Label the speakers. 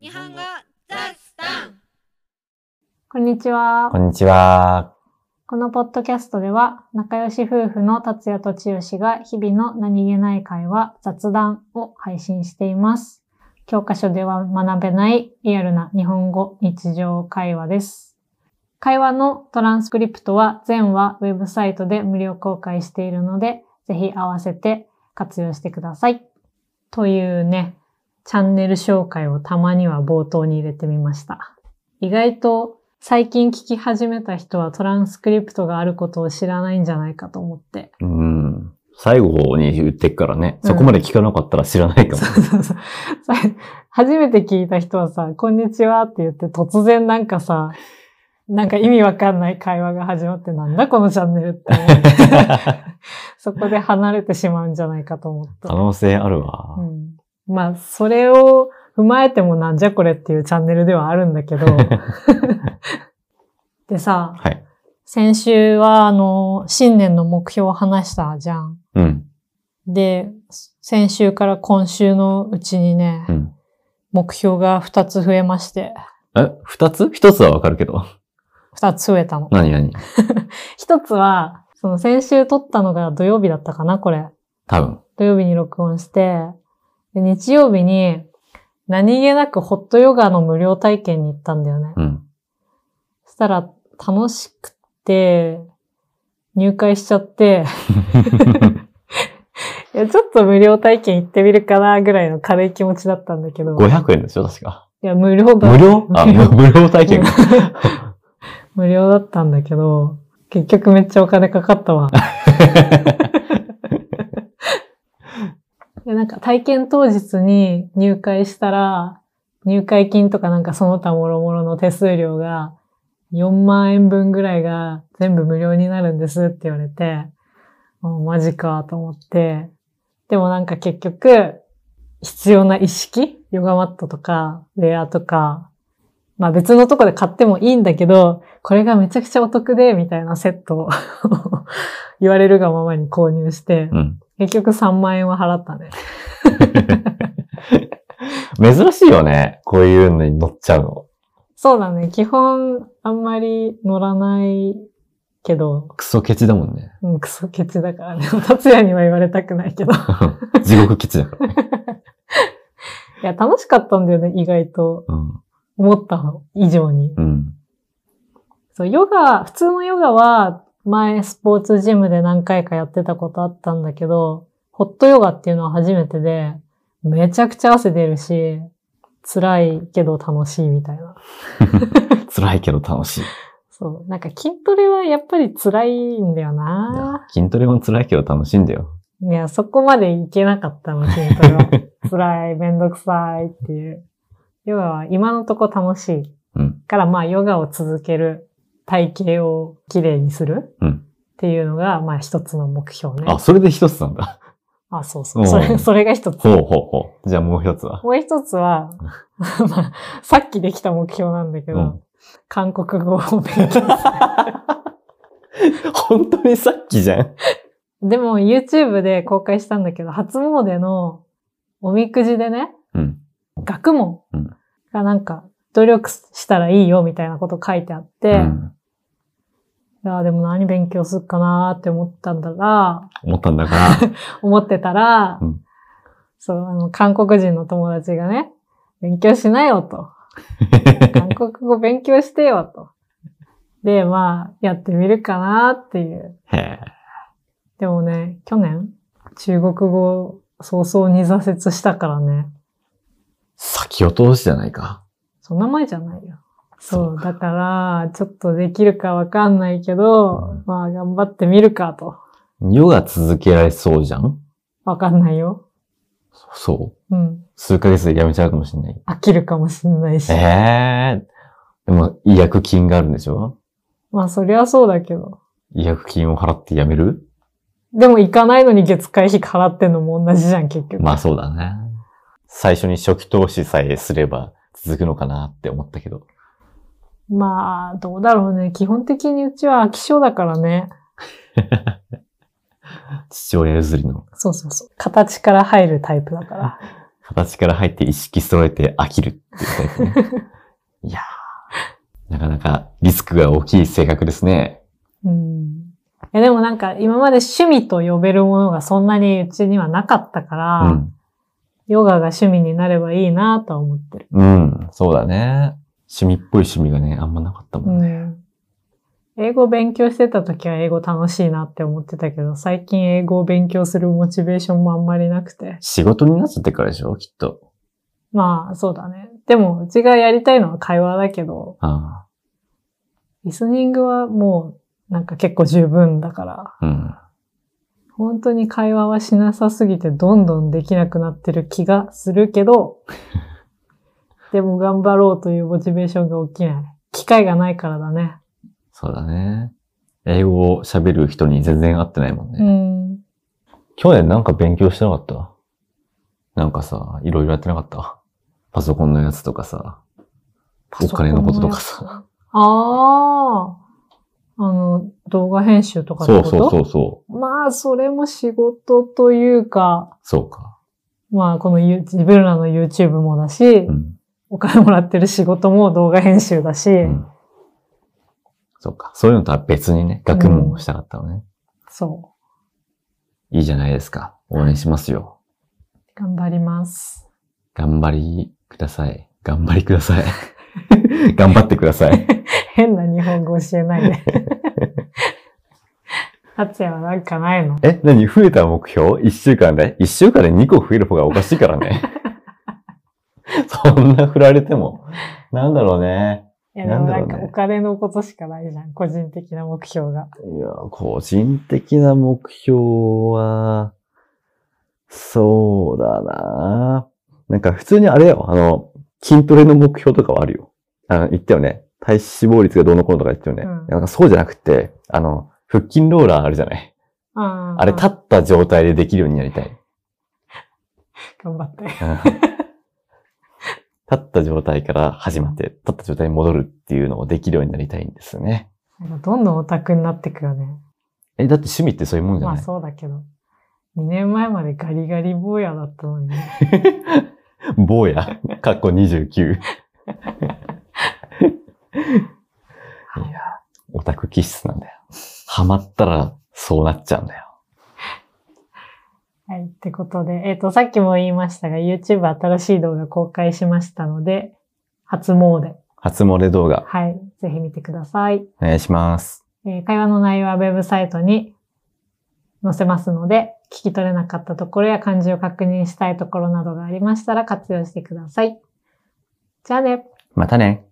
Speaker 1: 日本語ザスタン
Speaker 2: こんにちは
Speaker 3: こ。んにちは。
Speaker 2: このポッドキャストでは、仲良し夫婦の達也と千代が日々の何気ない会話、雑談を配信しています。教科書では学べないリアルな日本語日常会話です。会話のトランスクリプトは全話ウェブサイトで無料公開しているので、ぜひ合わせて活用してください。というね、チャンネル紹介をたまには冒頭に入れてみました。意外と最近聞き始めた人はトランスクリプトがあることを知らないんじゃないかと思って。
Speaker 3: うん。最後に言ってっからね、
Speaker 2: うん
Speaker 3: そこまで聞かなかったら知らないかも。
Speaker 2: そうそうそう。さ初めて聞いた人はさ、こんにちはって言って突然なんかさ、なんか意味わかんない会話が始まってなんだこのチャンネルって思って。そこで離れてしまうんじゃないかと思った
Speaker 3: 可。能性あるわ。
Speaker 2: うん、まあ、それを踏まえてもなんじゃこれっていうチャンネルではあるんだけど。でさ、
Speaker 3: はい。
Speaker 2: 先週は、あの、新年の目標を話したじゃん。
Speaker 3: うん。
Speaker 2: で、先週から今週のうちにね、
Speaker 3: うん。
Speaker 2: 目標が2つ増えまして、
Speaker 3: え、二つ一つはわかるけど。
Speaker 2: 2つ増えたの。
Speaker 3: 何何
Speaker 2: 1つは、その先週撮ったのが土曜日だったかな、これ。
Speaker 3: 多分。
Speaker 2: 土曜日に録音して、で日曜日に何気なくホットヨガの無料体験に行ったんだよね。
Speaker 3: うん。
Speaker 2: そしたら楽しくて、入会しちゃ って、いや、ちょっと無料体験行ってみるかな、ぐらいの軽い気持ちだったんだけど。い
Speaker 3: 500円でしょ確か。
Speaker 2: や、無料だ
Speaker 3: 無料あ、
Speaker 2: 無料
Speaker 3: 無無料体験か。
Speaker 2: 無料だったんだけど、結局めっちゃお金かかったわ。でなんか体験当日に入会したら、入会金とかなんかその他諸々の手数料が4万円分ぐらいが全部無料になるんですって言われて、もうマジかと思って、でもなんか結局、必要な意識ヨガマットとか、レアとか、まあ別のとこで買ってもいいんだけど、これがめちゃくちゃお得で、みたいなセットを 言われるがままに購入して、
Speaker 3: うん。
Speaker 2: 結局3万円は払ったね。
Speaker 3: 珍しいよね。こういうのに乗っちゃうの。
Speaker 2: そうだね。基本、あんまり乗らないけど、
Speaker 3: クソケチだもんね。
Speaker 2: うん、クソケチだからね。 達也には言われたくないけど。い
Speaker 3: 地獄ケチだから。
Speaker 2: や、楽しかったんだよね、意外と。
Speaker 3: うん。
Speaker 2: 思った以上に。
Speaker 3: うん。
Speaker 2: そう、ヨガ、普通のヨガは、前スポーツジムで何回かやってたことあったんだけど、ホットヨガっていうのは初めてで、めちゃくちゃ汗出るし、辛いけど楽しいみたいな。
Speaker 3: 辛いけど楽しい。
Speaker 2: そう。なんか筋トレはやっぱり辛いんだよ
Speaker 3: いや
Speaker 2: な
Speaker 3: 筋トレも辛いけど楽しいんだよ。
Speaker 2: いや、そこまでいけなかった の、筋トレは。辛い、めんどくさいっていう。ヨガは今のとこ楽しい。
Speaker 3: うん。
Speaker 2: からまあ、ヨガを続ける、体型をきれいにする
Speaker 3: うん
Speaker 2: っていうのが、まあ一つの目標ね。
Speaker 3: あ、それで一つなんだ。
Speaker 2: あ、そうそうう。
Speaker 3: ん
Speaker 2: それ、それが一つ。
Speaker 3: ほう
Speaker 2: も
Speaker 3: ほうほう。じゃあもう一つは。
Speaker 2: う一つは、 まあ、さっきできた目標なんだけど、
Speaker 3: うん
Speaker 2: 韓国語を勉 強。
Speaker 3: 本当にさっきじゃん。
Speaker 2: でも YouTube で公開したんだけど、初詣のおみくじでね、
Speaker 3: うん。
Speaker 2: 学問
Speaker 3: うん
Speaker 2: がなんか、努力したらいいよみたいなこと書いてあって、
Speaker 3: うん
Speaker 2: いやーでも何勉強するかなーって思ったんだら、
Speaker 3: 思ったんだから。
Speaker 2: 思ってたら、
Speaker 3: うん
Speaker 2: そう、あの、韓国人の友達がね、勉強しなよ と。韓国語勉強してよと。で、まあ、やってみるかなっていう。
Speaker 3: へえ。
Speaker 2: でもね、去年、中国語早々に挫折したからね。
Speaker 3: 先を通しじゃないか。
Speaker 2: そんな前じゃないよ。
Speaker 3: そ
Speaker 2: そう、だから、ちょっとできるかわかんないけど、まあ、頑張ってみるかと。
Speaker 3: 世が続けられそうじゃん
Speaker 2: わかんないよ。
Speaker 3: そう。
Speaker 2: うん。
Speaker 3: 数ヶ月でやめちゃうかもしれない。
Speaker 2: 飽きるかもしんないし。
Speaker 3: ええでも、違約金があるんでしょ
Speaker 2: まあ、そりゃそうだけど。
Speaker 3: 違約金を払ってやめる
Speaker 2: でも行かないのに月会費払ってんのも同じじゃん、結局。
Speaker 3: まあそうだね。最初に初期投資さえすれば続くのかなって思ったけど。
Speaker 2: まあ、どうだろうね。基本的にうちは飽き性だからね。
Speaker 3: 父親譲りの
Speaker 2: そうそうそう。形から入るタイプだから。
Speaker 3: 形から入って意識揃えて飽きるっていうタイプね。 いやー、なかなかリスクが大きい性格ですね。
Speaker 2: うん。いやでもなんか今まで趣味と呼べるものがそんなにうちにはなかったから、
Speaker 3: うん。
Speaker 2: ヨガが趣味になればいいなとは思ってる。
Speaker 3: うん、そうだね。趣味っぽい趣味がね、あんまなかったもんね。
Speaker 2: 英語勉強してた時は英語楽しいなって思ってたけど、最近英語を勉強するモチベーションもあんまりなくて。
Speaker 3: 仕事になっちゃってからでしょきっと。
Speaker 2: まあ、そうだね。でも、うちがやりたいのは会話だけど、
Speaker 3: あ
Speaker 2: リスニングはもう、なんか結構十分だから、
Speaker 3: あ、うん。
Speaker 2: 本当に会話はしなさすぎてどんどんできなくなってる気がするけど、でも頑張ろうというモチベーションが起きない。機会がないからだね。
Speaker 3: そうだね。英語を喋る人に全然合ってないもんね。
Speaker 2: うん。
Speaker 3: 去年なんか勉強してなかったなんかさ、いろいろやってなかったパソコンのやつとかさ。お金のこととかさ。
Speaker 2: ああ。あの、動画編集とかって
Speaker 3: そう
Speaker 2: こと
Speaker 3: そうそうそう。
Speaker 2: まあ、それも仕事というか、
Speaker 3: そうか。
Speaker 2: まあ、この You- 自分らの YouTube もだし、
Speaker 3: うん。
Speaker 2: お金もらってる仕事も動画編集だし、
Speaker 3: うんそうか。そういうのとは別にね、学問をしたかったのね。
Speaker 2: そ
Speaker 3: いいじゃないですか。応援しますよ。
Speaker 2: う。頑張ります。
Speaker 3: 頑張りください。頑張りください。 頑張ってください。
Speaker 2: 変な日本語教えない で。達也はなんかないの
Speaker 3: え、何増えた目標 ?1 週間で ?1 週間で2個増える方がおかしいから ね。そんな振られても。なんだろうね。
Speaker 2: いや、でもなん
Speaker 3: なんだ
Speaker 2: か
Speaker 3: ろうね
Speaker 2: お金のことしかないじゃん。個人的な目標が。
Speaker 3: いや、個人的な目標は、そうだななんか普通にあれだよ、あの、筋トレの目標とかはあるよ。あの、言ったよね。体脂肪率がどうのこうのとか言ったよね。
Speaker 2: うん
Speaker 3: なんかそうじゃなくて、あの、腹筋ローラーあるじゃない。
Speaker 2: あ
Speaker 3: あれ立った状態でできるようになりたい。
Speaker 2: 頑張って。
Speaker 3: うん立った状態から始まって、立った状態に戻るっていうのをできるようになりたいんですよね。
Speaker 2: なんかどんどんオタクになってくよね。
Speaker 3: え、だって趣味ってそういうもんじゃ
Speaker 2: ま
Speaker 3: ない、
Speaker 2: あそうだけど。2年前までガリガリ坊やだったのにね。
Speaker 3: 坊や、かっこ29。いや、オタク気質なんだよ。ハマったらそうなっちゃうんだよ。
Speaker 2: はい。ってことで、えっ、と、さっきも言いましたが、YouTube 新しい動画公開しましたので、初詣。
Speaker 3: 初漏れ動画、
Speaker 2: はい。ぜひ見てください。
Speaker 3: お願いします。
Speaker 2: えー会話の内容はウェブサイトに載せますので、聞き取れなかったところや漢字を確認したいところなどがありましたら活用してください。じゃあね。
Speaker 3: またね。